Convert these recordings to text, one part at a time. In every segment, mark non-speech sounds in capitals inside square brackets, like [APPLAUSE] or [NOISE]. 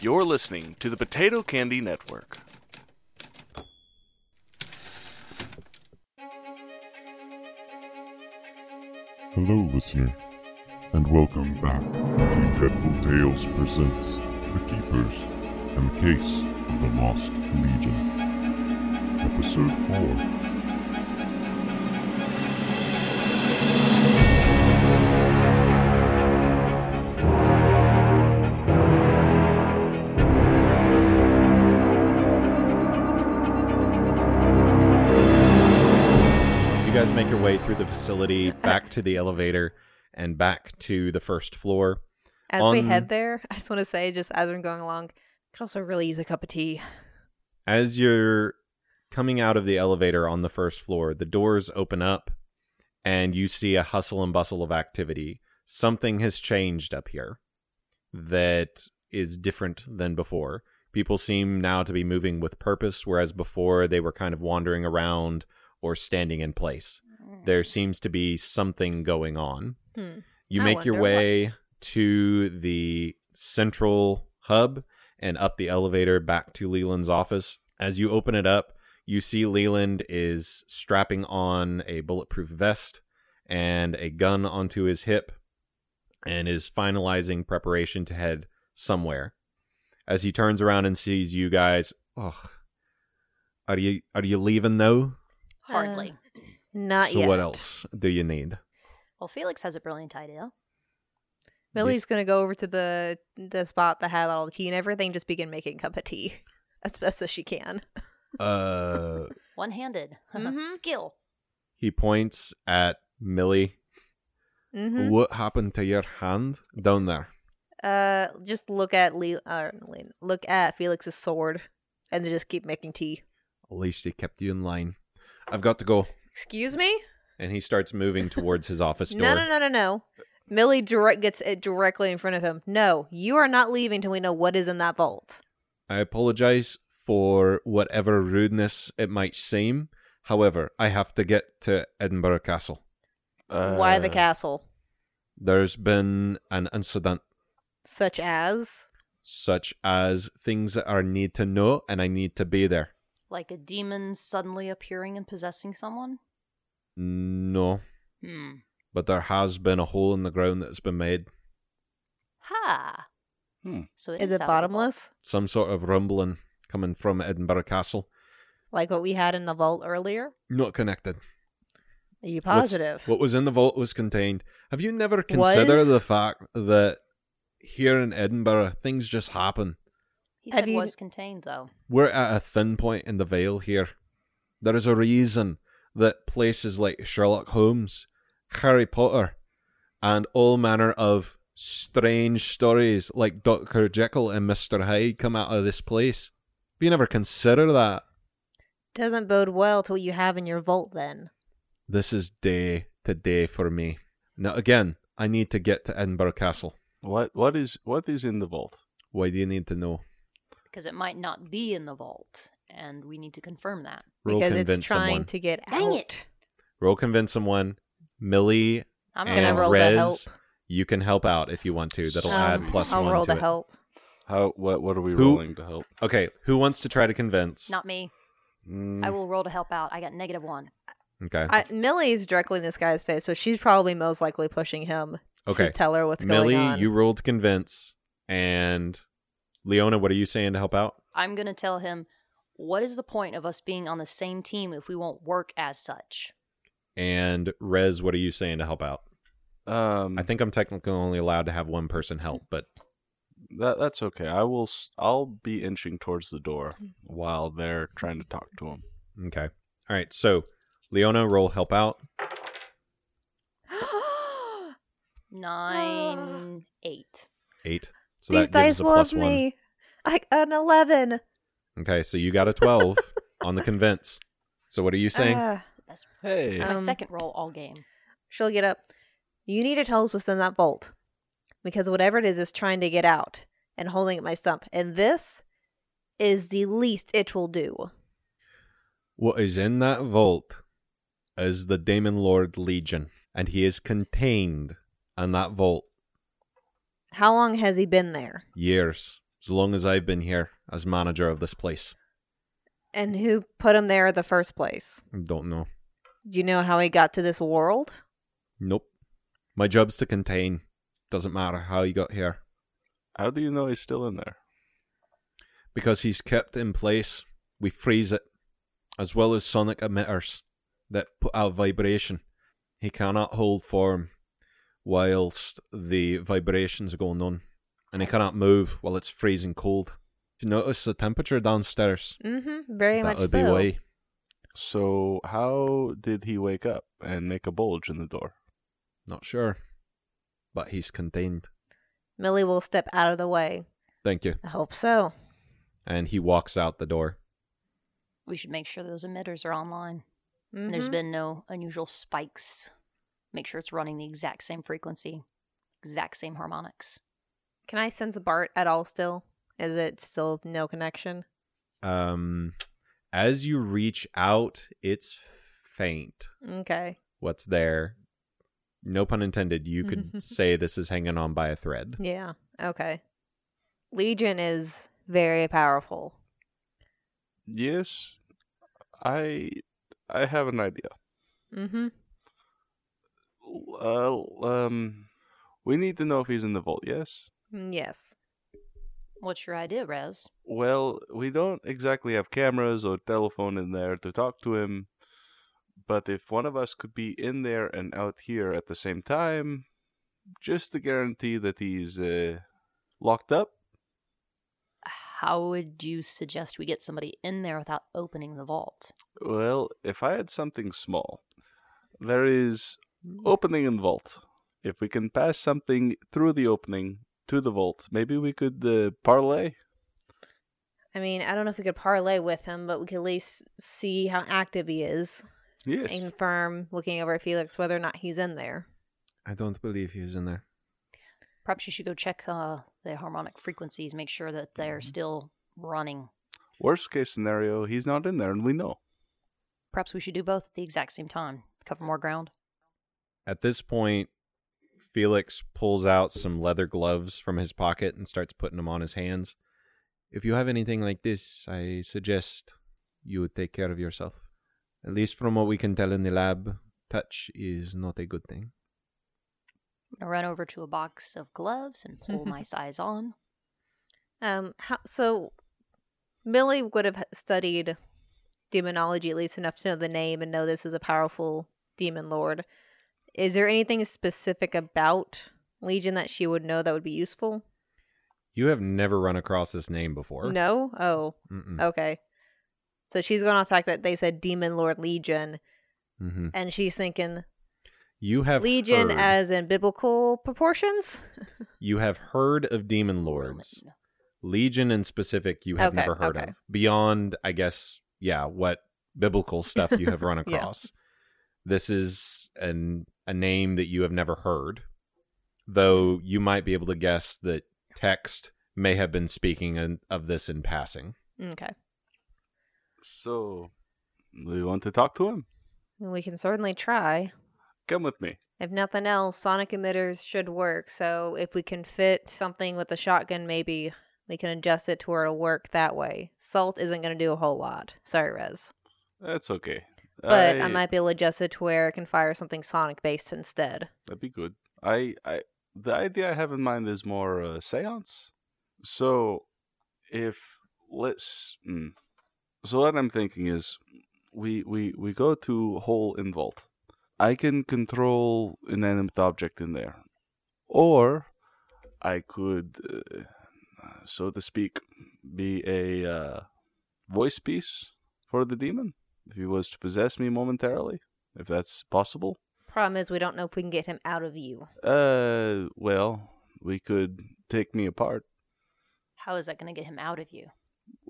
You're listening to the Potato Candy Network. Hello, listener, and welcome back to Dreadful Tales Presents The Keepers and the Case of the Lost Legion, Episode 4. You guys make your way through the facility, back to the elevator, and back to the first floor. As we on- head there, [LAUGHS] I just want to say, just as I'm going along, could also really use a cup of tea. As you're coming out of the elevator on the first floor, the doors open up and you see a hustle and bustle of activity. Something has changed up here that is different than before. People seem now to be moving with purpose, whereas before they were kind of wandering around or standing in place. There seems to be something going on. Hmm. You I make your wonder what. way to the central hub and up the elevator back to Leland's office. As you open it up, you see Leland is strapping on a bulletproof vest and a gun onto his hip and is finalizing preparation to head somewhere. As he turns around and sees you guys, oh, are you are you leaving though? Hardly. Uh, Not so yet. what else do you need? well, Felix has a brilliant idea. Millie's This- gonna go over to the the spot that had all the tea and everything. Just begin making cup of tea [LAUGHS] as best as she can. uh One [LAUGHS] handed. Mhm. Skill. He points at Millie. hmm What happened to your hand down there? Uh, just look at Le- uh, Le- look at Felix's sword, and then just keep making tea. At least he kept you in line. I've got to go. Excuse me? And he starts moving towards his office door. [LAUGHS] No, no, no, no, no. Millie direct gets it directly in front of him. No, you are not leaving till we know what is in that vault. I apologize for whatever rudeness it might seem. However, I have to get to Edinburgh Castle. Why the Uh, castle? There's been an incident Such as such as things that I need to know and I need to be there. Like a demon suddenly appearing and possessing someone. No, Hmm. but there has been a hole in the ground that's been made. Ha. Hmm. So is it salvageable. bottomless? Some sort of rumbling coming from Edinburgh Castle. Like what we had in the vault earlier? Not connected. Are you What's- positive? what was in the vault was contained. Have you never considered Was? the fact that here in Edinburgh things just happen? He Have said you- was contained though. We're at a thin point in the veil here. There is a reason that places like Sherlock Holmes, Harry Potter, and all manner of strange stories like Dr. Jekyll and Mr. Hyde come out of this place. You never consider that. Doesn't bode well to what you have in your vault then. This is day to day for me. Now, again, I need to get to Edinburgh Castle. What what is what is in the vault? Why do you need to know? Because it might not be in the vault, and we need to confirm that. Roll because it's convince trying someone. to get Dang out. it. Roll convince someone. Millie, I'm I'm not And gonna roll Rez, the help. you can help out if you want to. That'll Um, add plus I'll one roll to the it. help. How what what are we Who- rolling to help? Okay, who wants to try to convince? Not me. Mm, I will roll to help out. I got negative one. Okay. I, Millie's directly in this guy's face, so she's probably most likely pushing him Okay. to tell her what's Millie, going on. [GASPS] you rolled convince, and Leona, what are you saying to help out? I'm gonna tell him what is the point of us being on the same team if we won't work as such? And Rez, what are you saying to help out? um, I think I'm technically only allowed to have one person help, but that that's okay. I will. s- I'll be inching towards the door while they're trying to talk to him. okay. All right. So, Leona, roll help out. Nine eight. Eight. So These that gives us dice a plus love one. me. Like an eleven. Okay, so you got a [LAUGHS] 12 on the convince. So what are you saying? Ah. It's the best. Hey, It's my Um, second roll all game. She'll get up. You need to tell us what's in that vault. Because whatever it is is trying to get out and holding at my stump. And this is the least it will do. what is in that vault is the Demon Lord Legion, and he is contained in that vault How long has he been there? years. as long as I've been here as manager of this place. And who put him there in the first place? Don't know. Do you know how he got to this world? Nope. My job's to contain. Doesn't matter how you got here. How do you know he's still in there? Because he's kept in place, we freeze it, as well as sonic emitters that put out vibration. He cannot hold form whilst the vibrations are going on, and he cannot move while it's freezing cold. Do you notice the temperature downstairs? Mm-hmm. Very that much would be so. why. So how did he wake up and make a bulge in the door? Not sure. But he's contained. Millie will step out of the way. Thank you. I hope so. And he walks out the door. We should make sure those emitters are online. And there's Mhm. been no unusual spikes. Make sure it's running the exact same frequency, exact same harmonics. Can I sense Bart at all? Still, is it still no connection? Um, as you reach out, it's faint. Okay. What's there? No pun intended. You [LAUGHS] could say this is hanging on by a thread. Yeah. Okay. Legion is very powerful. Yes, I I have an idea. Mm-hmm. Uh, um, we need to know if he's in the vault. Yes. mm, Yes. What's your idea, Rez? Well, we don't exactly have cameras or telephone in there to talk to him, but if one of us could be in there and out here at the same time, just to guarantee that he's uh, locked up, How would you suggest we get somebody in there without opening the vault? Well, if I had something small, there is opening in vault. If we can pass something through the opening to the vault, maybe we could uh, parlay. I mean, I don't know if we could parlay with him, but we could at least see how active he is Yes. and confirm, looking over at Felix, whether or not he's in there. I don't believe he was in there. Perhaps you should go check uh, the harmonic frequencies, make sure that they're still running. Worst case scenario, he's not in there, and we know. Perhaps we should do both at the exact same time, cover more ground. At this point, Felix pulls out some leather gloves from his pocket and starts putting them on his hands. If you have anything like this, I suggest you would take care of yourself. At least from what we can tell in the lab, touch is not a good thing. I'm gonna run over to a box of gloves and pull [LAUGHS] my size on. Um. How, so, Millie would have studied demonology at least enough to know the name and know this is a powerful demon lord. Is there anything specific about Legion that she would know that would be useful? You have never run across this name before. No. Oh. Mm-mm. Okay. So she's going off the fact that they said demon lord Legion, hmm and she's thinking You have Oh. Legion heard- as in biblical proportions. you have heard of demon Roman. lords. Legion in specific, you have Okay, never heard okay. of. Beyond, I guess, yeah, what biblical stuff you have run [LAUGHS] Yeah. across. This is an a name that you have never heard, though you might be able to guess that text may have been speaking in, of this in passing. Okay. So, we want to talk to him? We can certainly try. Come with me. If nothing else, sonic emitters should work. So if we can fit something with the shotgun, maybe we can adjust it to where it'll work that way. Salt isn't going to do a whole lot. Sorry, Rez. That's okay. But um, I... might be able to adjust it to where it can fire something sonic based instead. That'd be good. I, I, the idea I have in mind is more uh, seance. So, if let's, mm. so what I'm thinking is, we we we go to hole in vault. I can control inanimate object in there, or I could, uh, so to speak, be a uh, voice piece for the demon if he was to possess me momentarily, if that's possible. Problem is, we don't know if we can get him out of you. Uh, well, we could take me apart. How is that going to get him out of you?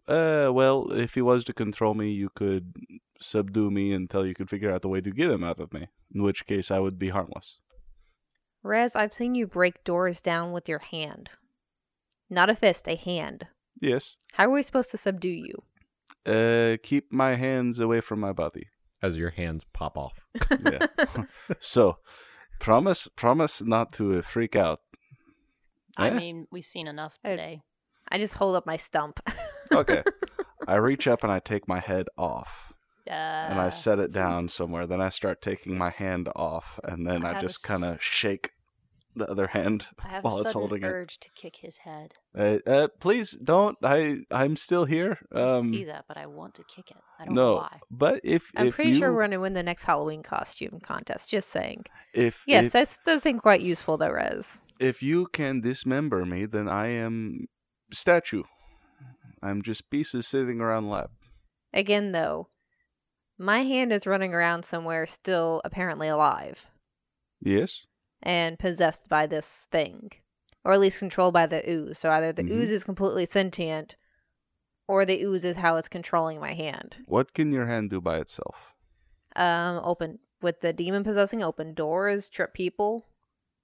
Uh, well, if he was to control me, you could subdue me until you could figure out the way to get him out of me. In which case, I would be harmless. Rez, I've seen you break doors down with your hand. Not a fist, a hand. Yes. How are we supposed to subdue you? Uh, keep my hands away from my body. As your hands pop off, Yeah. so, promise, promise not to uh, freak out. I Eh? mean, we've seen enough I- today. [LAUGHS] I just hold up my stump. Okay. I reach up and I take my head off Uh, and I [LAUGHS] set it down somewhere. Then I start taking my hand off and then I I, have a just s- kind of shake the other hand. I have while a it's sudden holding it. urge to kick his head. Uh, uh, please don't. I I'm still here. I Um, see that, but I want to kick it. I don't no, know why. but if I'm if pretty you sure we're gonna win the next Halloween costume contest. Just saying. if Yes, if, that's does seem quite useful though, Rez. if you can dismember me, then I am statue. I'm just pieces sitting around lab. Again though, my hand is running around somewhere still apparently alive Yes. and possessed by this thing. Or at least controlled by the ooze. So either the Mhm. ooze is completely sentient or the ooze is how it's controlling my hand. What can your hand do by itself? Um open with the demon possessing open doors, trip people.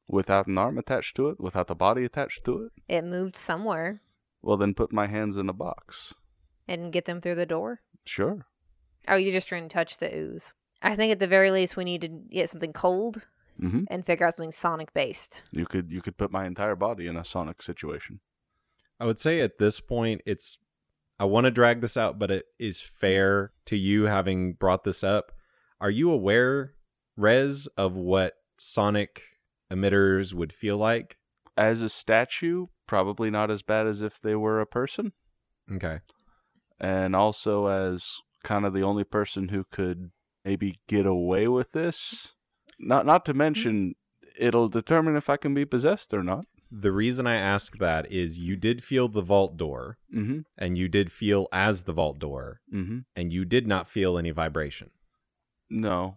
Without an arm attached to it, without the body attached to it? It moved somewhere Well, then put my hands in a box. and get them through the door. Sure. Oh, you're just trying to touch the ooze. I think at the very least we need to get something cold hmm and figure out something sonic based. You could you could put my entire body in a sonic situation. I would say at this point, it's. I want to drag this out, but it is fair to you having brought this up. Are you aware, Rez, of what sonic emitters would feel like? As a statue, probably not as bad as if they were a person, Okay. and also as kind of the only person who could maybe get away with this. Not not Mm-hmm. to mention it'll determine if I can be possessed or not. The reason I ask that is you did feel the vault door, Mm-hmm. Mhm. and you did feel as the vault door, Mhm. and you did not feel any vibration. No,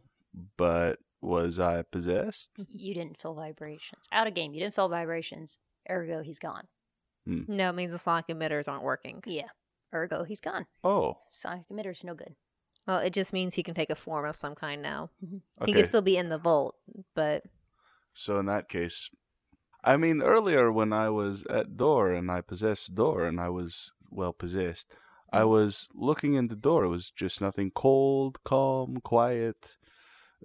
but was I possessed? You didn't feel vibrations. Out of game. You didn't feel vibrations. Ergo, he's gone. No, it means the sonic emitters aren't working. Yeah. Ergo, he's gone. Oh. Sonic emitter's no good. Well, it just means he can take a form of some kind now. Okay. He can still be in the vault, but So in that case, I mean, earlier when I was at door and I possessed door and I was well possessed, Mm-hmm. I was looking in the door. It was just nothing cold, calm, quiet.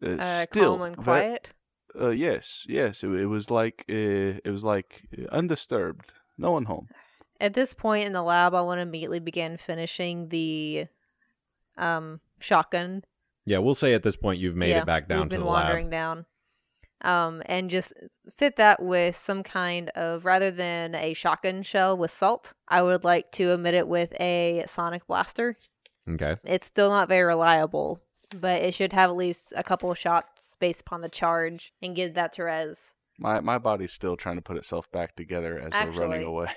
Uh, uh, still calm and ve- quiet. uh, yes, yes. It, it was like uh, it was like uh, undisturbed. No one home. At this point in the lab, I want to immediately begin finishing the um shotgun. Yeah, we'll say at this point you've made Yeah, it back we've down to been the wandering lab. down. Um, and just fit that with some kind of rather than a shotgun shell with salt, I would like to emit it with a sonic blaster. Okay. It's still not very reliable, but it should have at least a couple of shots based upon the charge and give that to Rez. My my body's still trying to put itself back together as we're Actually- running away. [LAUGHS]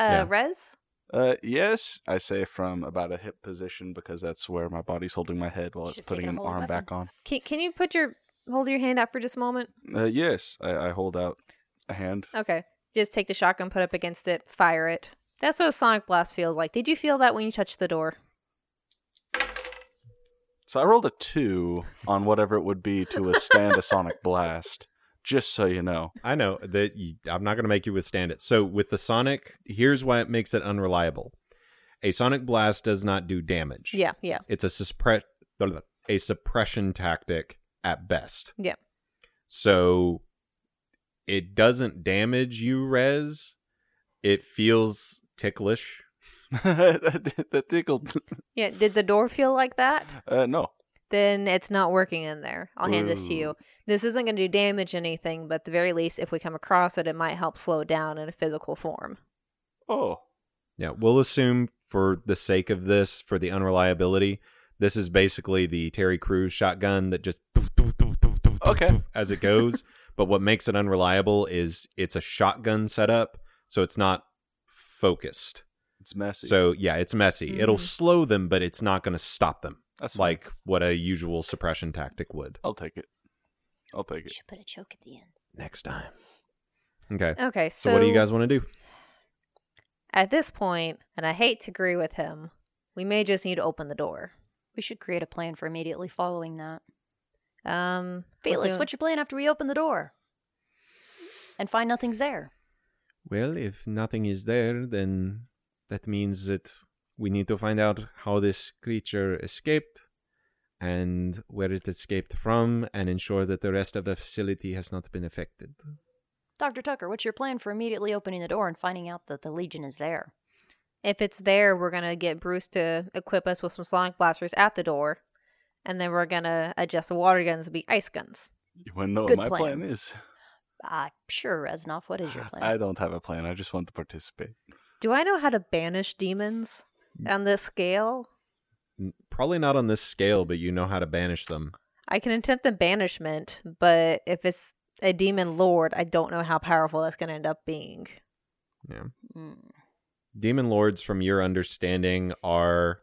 Uh, Yeah. Rez? Uh, yes, I say from about a hip position because that's where my body's holding my head while it's Should've putting taken a an whole arm weapon. back on. Can, can you put your hold your hand up for just a moment? Uh, yes, I, I hold out a hand. Okay. Just take the shotgun, put up against it, fire it. That's what a sonic blast feels like. Did you feel that when you touched the door? So I rolled a two on whatever it would be to withstand a sonic blast. Just so you know, [LAUGHS] I know that you, I'm not going to make you withstand it. So with the sonic, here's why it makes it unreliable. A sonic blast does not do damage. Yeah, yeah. It's a suppre- a suppression tactic at best. Yeah. So it doesn't damage you, Rez. It feels ticklish. that, that tickled. [LAUGHS] Yeah, did the door feel like that? Uh, no, Then it's not working in there. I'll hand this to you. Ooh. This isn't going to do damage anything, but at the very least, if we come across it, it might help slow it down in a physical form. oh, Yeah, we'll assume for the sake of this, for the unreliability, this is basically the Terry Crews shotgun that just doof, doof, doof, doof, doof, doof, Okay. doof as it goes. but what makes it unreliable is it's a shotgun setup, so it's not focused. it's messy. So yeah, it's messy. It'll Mhm. slow them, but it's not going to stop them that's fine. like what a usual suppression tactic would. I'll take it. I'll take You it. should put a choke at the end. Next time. Okay. Okay, So, Uh, so, what do you guys want to do? At this point, and I hate to agree with him, we may just need to open the door. We should create a plan for immediately following that. Um, Felix, looking- what's your plan after we open the door? And find nothing's there. Well, if nothing is there, then that means that we need to find out how this creature escaped and where it escaped from and ensure that the rest of the facility has not been affected. Dr. Tucker, what's your plan for immediately opening the door and finding out that the Legion is there? If it's there, we're gonna get Bruce to equip us with some sonic blasters at the door, and then we're gonna adjust the water guns to be ice guns. You want to know Good what my plan. plan, is? Uh, sure, Reznov, what is your [SIGHS] plan? I don't have a plan. I just want to participate. [LAUGHS] Do I know how to banish demons on this scale? N- Probably not on this scale, but you know how to banish them. I can attempt a banishment, but if it's a demon lord, I don't know how powerful that's gonna end up being. Mm. Demon lords, from your understanding, are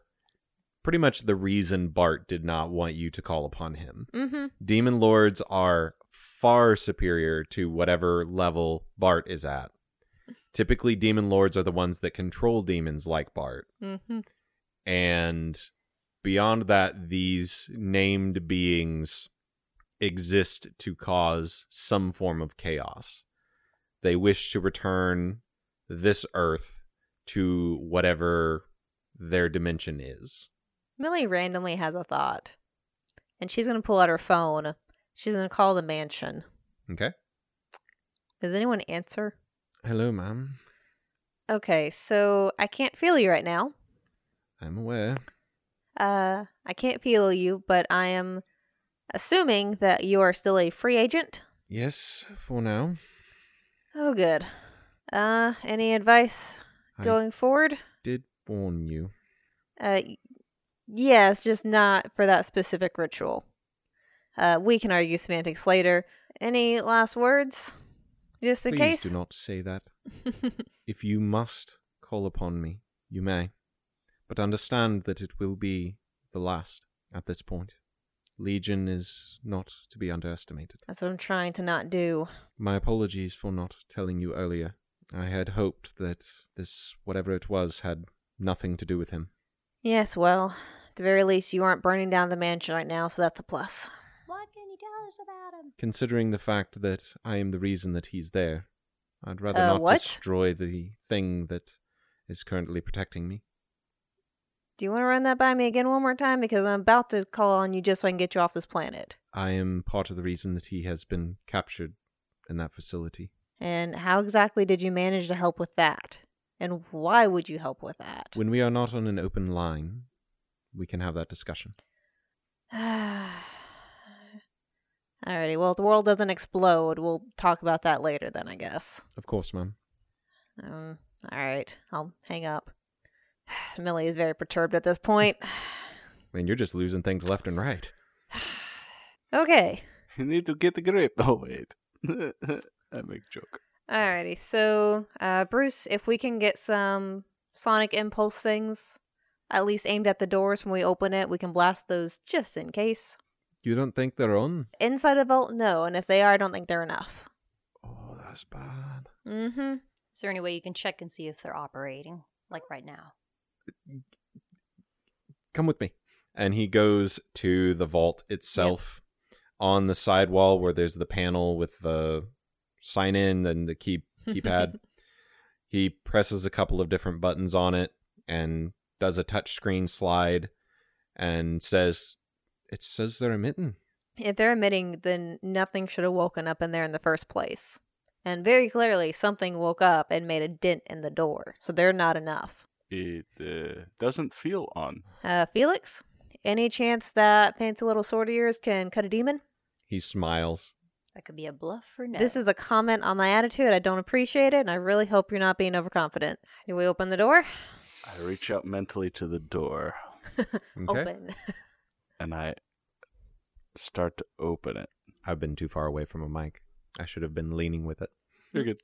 pretty much the reason Bart did not want you to call upon him. Mm-hmm. Demon lords are far superior to whatever level Bart is at. Typically, demon lords are the ones that control demons like Bart. Mm-hmm. and beyond that these named beings exist to cause some form of chaos they wish to return this earth to whatever their dimension is Millie randomly has a thought, and she's gonna pull out her phone. She's gonna call the mansion. okay Does anyone answer? hello ma'am Okay, so I can't feel you right now. i'm aware Uh, I can't feel you, but I am assuming that you are still a free agent. yes for now Oh, good. Uh, any advice I- going forward? did warn you Uh, y- yeah, it's just not for that specific ritual. Uh, we can argue semantics later. Any last words? Just in please case. do not say that [LAUGHS] If you must call upon me, you may. But understand that it will be the last at this point. Legion is not to be underestimated. That's what I'm trying to not do. My apologies for not telling you earlier. I had hoped that this, whatever it was, had nothing to do with him. Yes, well, at the very least, you aren't burning down the mansion right now, so that's a plus. What can you tell us about him? Considering the fact that I am the reason that he's there, I'd rather Uh, not what? destroy the thing that is currently protecting me. Do you want to run that by me again one more time? Because I'm about to call on you just so I can get you off this planet. I am part of the reason that he has been captured in that facility. And how exactly did you manage to help with that? And why would you help with that? When we are not on an open line, we can have that discussion. [SIGHS] Alrighty, well, if the world doesn't explode, we'll talk about that later then, I guess. Of course, ma'am. Um, alright, I'll hang up. [SIGHS] Millie is very perturbed at this point. [SIGHS] I mean, you're just losing things left and right. Okay. You need to get a grip. [LAUGHS] Oh wait, I make joke. Alrighty, so uh, Bruce, if we can get some sonic impulse things, at least aimed at the doors when we open it, we can blast those just in case. You don't think they're on? Inside the vault, no, and if they are, I don't think they're enough. Oh, that's bad. Mm-hmm. Is there any way you can check and see if they're operating, like right now? Come with me. And he goes to the vault itself on the side wall where there's the panel with the sign in and the key keypad. he presses a couple of different buttons on it and does a touch screen slide and says, It says they're emitting. If they're emitting, then nothing should have woken up in there in the first place. And very clearly, something woke up and made a dent in the door, so they're not enough. It uh, doesn't feel on. Uh, Felix, any chance that fancy little sword of yours can cut a demon? He smiles. That could be a bluff or no. This is a comment on my attitude. I don't appreciate it, and I really hope you're not being overconfident. Do we open the door? I reach out mentally to the door Oh, [LAUGHS] Open. and I start to open it. I've been too far away from a mic. I should have been leaning with it. You're good.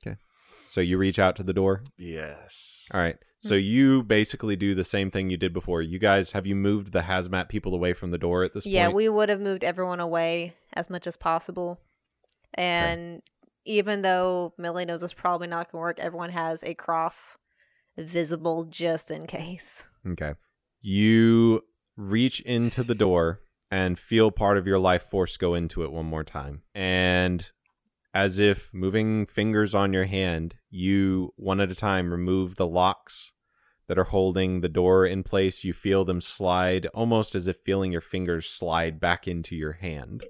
So you reach out to the door. Yes. All right. So you basically do the same thing you did before. You guys have you moved the hazmat people away from the door at this yeah, point? we would have moved everyone away as much as possible. And even though Millie knows it's probably not going to work, everyone has a cross visible just in case. we Okay. You reach into the door and feel part of your life force go into it one more time. And as if moving fingers on your hand, you one at a time remove the locks that are holding the door in place. You feel them slide almost as if feeling your fingers slide back into your hand.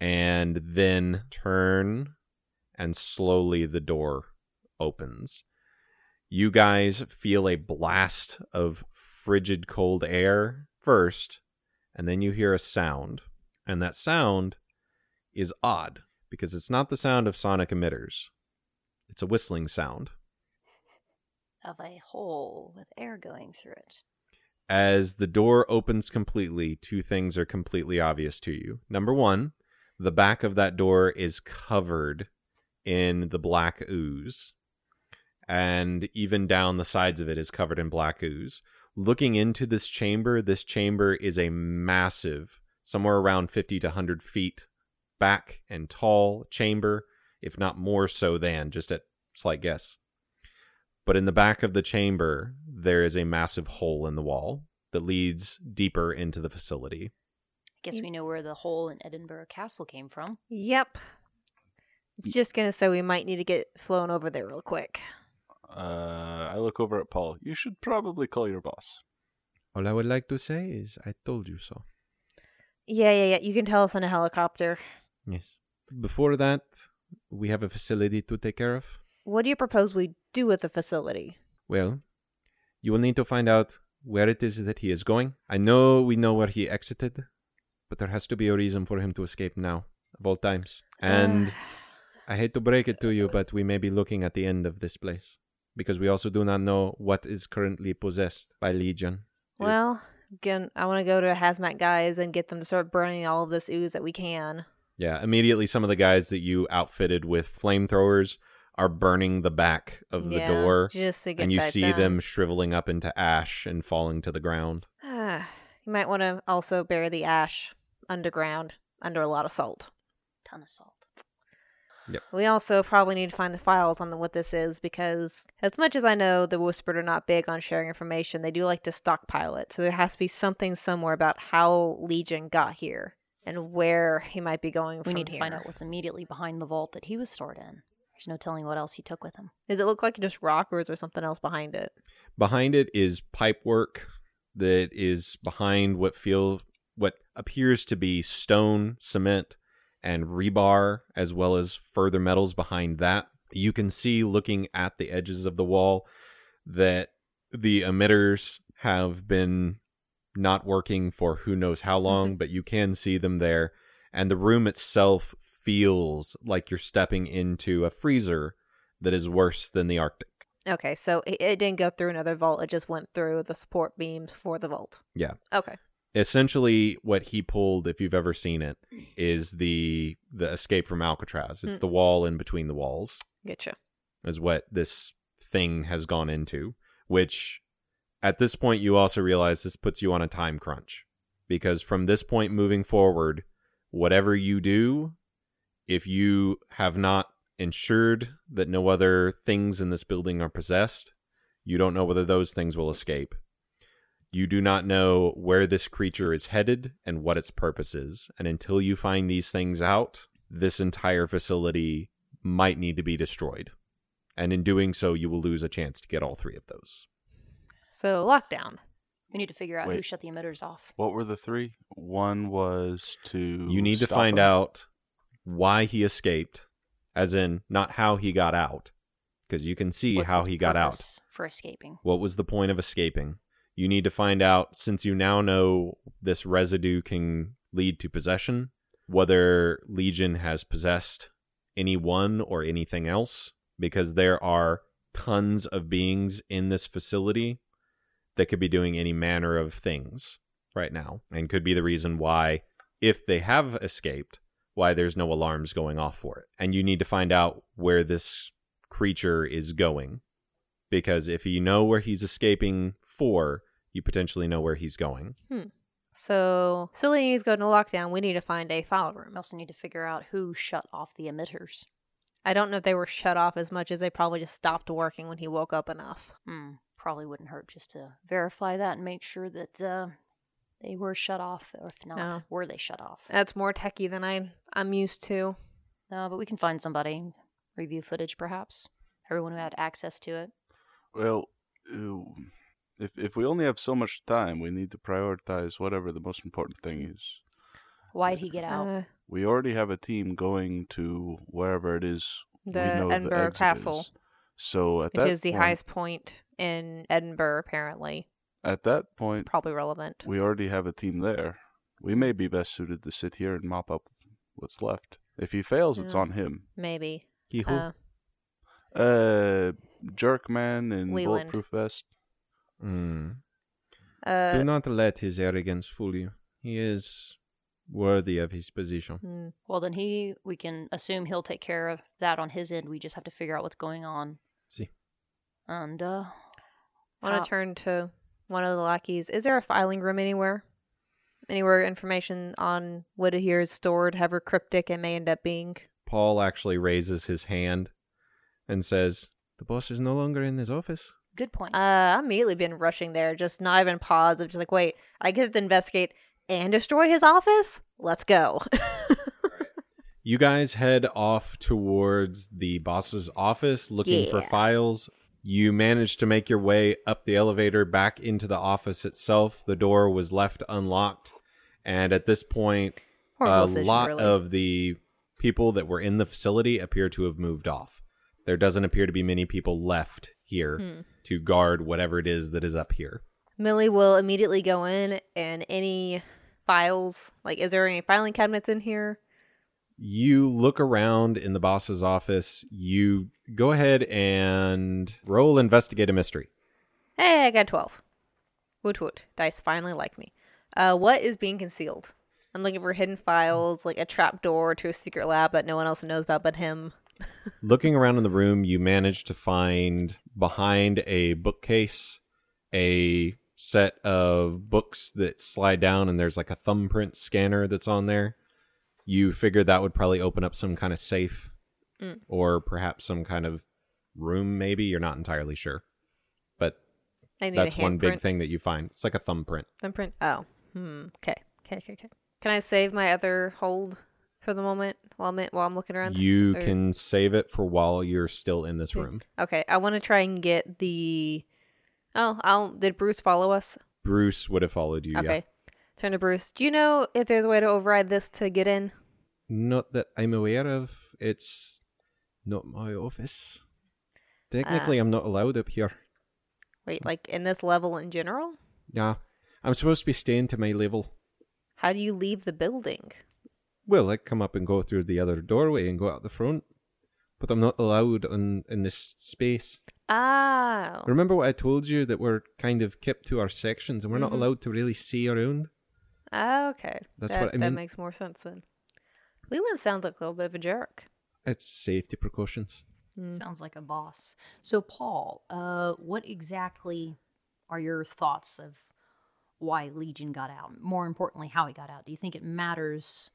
And then turn, and slowly the door opens. You guys feel a blast of frigid cold air first, and then you hear a sound. And that sound is odd because it's not the sound of sonic emitters, it's a whistling sound. of a hole with air going through it. As the door opens completely, two things are completely obvious to you. Number one, the back of that door is covered in the black ooze, and even down the sides of it is covered in black ooze. Looking into this chamber, this chamber is a massive, somewhere around 50 to 100 feet back and tall chamber, if not more so than, just a slight guess. But in the back of the chamber, there is a massive hole in the wall that leads deeper into the facility. I guess You- we know where the hole in Edinburgh Castle came from. Yep. Mm. It's just gonna say we might need to get flown over there real quick. Uh, I look over at Paul. You should probably call your boss. All I would like to say is, I told you so. Yeah, yeah, yeah. You can tell us on a helicopter. Yes. Before that, we have a facility to take care of. What do you propose we do with the facility? Well, you will need to find out where it is that he is going. I know we know where he exited, but there has to be a reason for him to escape now, of all times. And. I hate to break it to you, but we may be looking at the end of this place because we also do not know what is currently possessed by Legion. well, again, I want to go to hazmat guys and get them to start burning all of this ooze that we can. Yeah, immediately some of the guys that you outfitted with flamethrowers are burning the back of the Yeah, door, just to get and you that see done. [SIGHS] them shriveling up into ash and falling to the ground. Ah, you might want to also bury the ash underground under a lot of salt. Ton of salt. We also probably need to find the files on what this is because, as much as I know, the Whispered are not big on sharing information. They do like to stockpile it, so there has to be something somewhere about how Legion got here and where he might be going We from need to here. find out what's immediately behind the vault that he was stored in. There's no telling what else he took with him. Does it look like just rock, or is there something else behind it? Behind it is pipework that is behind what feel what appears to be stone, cement, and rebar, as well as further metals behind that. You can see looking at the edges of the wall that the emitters have been not working for who knows how long, but you can see them there. And the room itself feels like you're stepping into a freezer that is worse than the Arctic. Okay, so it, it didn't go through another vault; it just went through the support beams for the vault. Yeah. Okay. essentially what he pulled if you've ever seen it is the the escape from alcatraz it's Mm. the wall in between the walls Getcha. is what this thing has gone into which at this point you also realize this puts you on a time crunch because from this point moving forward whatever you do if you have not ensured that no other things in this building are possessed you don't know whether those things will escape you do not know where this creature is headed and what its purpose is and until you find these things out this entire facility might need to be destroyed and in doing so you will lose a chance to get all three of those So lockdown. We need to figure out who Wait. shut the emitters off. What were the three? One was to. you need to stop find him. out why he escaped as in not how he got out because you can see What's how his he got out purpose for escaping. what was the point of escaping you need to find out since you now know this residue can lead to possession whether legion has possessed anyone or anything else because there are tons of beings in this facility that could be doing any manner of things right now and could be the reason why if they have escaped why there's no alarms going off for it and you need to find out where this creature is going because if you know where he's escaping for you potentially know where he's going So Silly needs to go into lockdown. We need to find a file room. We also need to figure out who shut off the emitters. I don't know if they were shut off as much as they probably just stopped working when he woke up enough. Hmm, probably wouldn't hurt just to verify that and make sure that uh, they were shut off, or if not, No. were they shut off? That's more techie than I I'm used to. No, but we can find somebody. Review footage, perhaps. Everyone who had access to it. Well, ew. if if we only have so much time, we need to prioritize whatever the most important thing is. Why'd he get out? Uh, We already have a team going to wherever it is. we The know Edinburgh exit Castle. is. So at which that is the point- highest point in Edinburgh, apparently. at that point, Probably relevant. we already have a team there. We may be best suited to sit here and mop up what's left. If he fails, it's Yeah. on him. Maybe. Hee hoo. Uh, Uh, Jerkman in Leland. bulletproof vest. Mm. Do uh, not let his arrogance fool you. He is worthy of his position. mm, Well, then he, we can assume he'll take care of that on his end. We just have to figure out what's going on. See. And, uh, I want how- to turn to one of the lackeys. Is there a filing room anywhere? Anywhere information on what here is stored, however cryptic it may end up being? Paul actually raises his hand and says, "The boss is no longer in his office." good point. Uh, I've immediately been rushing there, just not even pause. I'm just like, wait, I get to investigate and destroy his office? Let's go. [LAUGHS] You guys head off towards the boss's office looking for Yeah. files. You manage to make your way up the elevator back into the office itself. The door was left unlocked. And at this point, Horrible a decision, lot really. of the people that were in the facility appear to have moved off. There doesn't appear to be many people left here Hmm. to guard whatever it is that is up here. Millie will immediately go in and any files, like, is there any filing cabinets in here? You look around in the boss's office. You go ahead and roll investigate a mystery. Hey, I got 12. Woot woot. Dice finally like me. Uh, what is being concealed? I'm looking for hidden files, like a trap door to a secret lab that no one else knows about but him. Looking around in the room, you manage to find behind a bookcase a set of books that slide down, and there's like a thumbprint scanner that's on there. You figure that would probably open up some kind of safe Mm. or perhaps some kind of room, maybe. You're not entirely sure. But I need that's a one big handprint. thing that you find. It's like a thumbprint. Thumbprint. Oh. Hmm. Okay. Okay. Okay. Okay. Can I save my other hold for the moment while I'm, while I'm looking around? You Or- can save it for while you're still in this Okay. room. Okay. I want to try and get the. Oh, I'll. Did Bruce follow us? Bruce would have followed you. Yeah. Okay. Turn to Bruce. Do you know if there's a way to override this to get in? Not that I'm aware of. It's not my office. Technically, I'm not allowed up here. Wait, like in this level in general? Yeah. I'm supposed to be staying to my level. How do you leave the building? Well, I come up and go through the other doorway and go out the front. But I'm not allowed in, in this space. Oh. Remember what I told you that we're kind of kept to our sections and we're not Mhm. allowed to really see around? Okay. That's that, what I That mean. makes more sense then. Leland sounds like a little bit of a jerk. It's safety precautions. Mm. Sounds like a boss. So, Paul, uh, what exactly are your thoughts of why Legion got out? More importantly, how he got out. Do you think it matters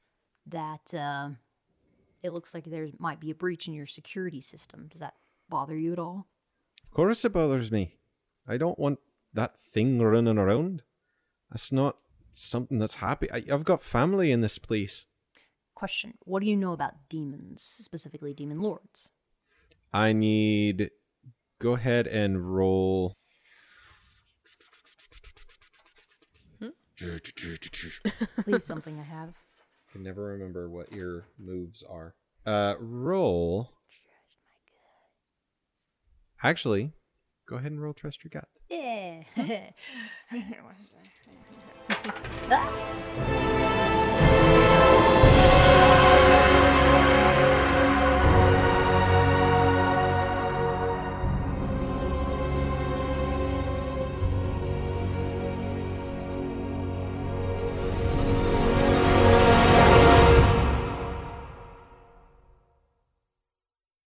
that uh, it looks like there might be a breach in your security system? Does that bother you at all? Of course it bothers me. I don't want that thing running around. That's not something that's happy. I, I've got family in this place. Question What do you know about demons, specifically demon lords? I need. Go ahead and roll. Please, something I have. I can never remember what your moves are. Uh, roll. Actually, go ahead and roll trust your [LAUGHS] gut. Yeah.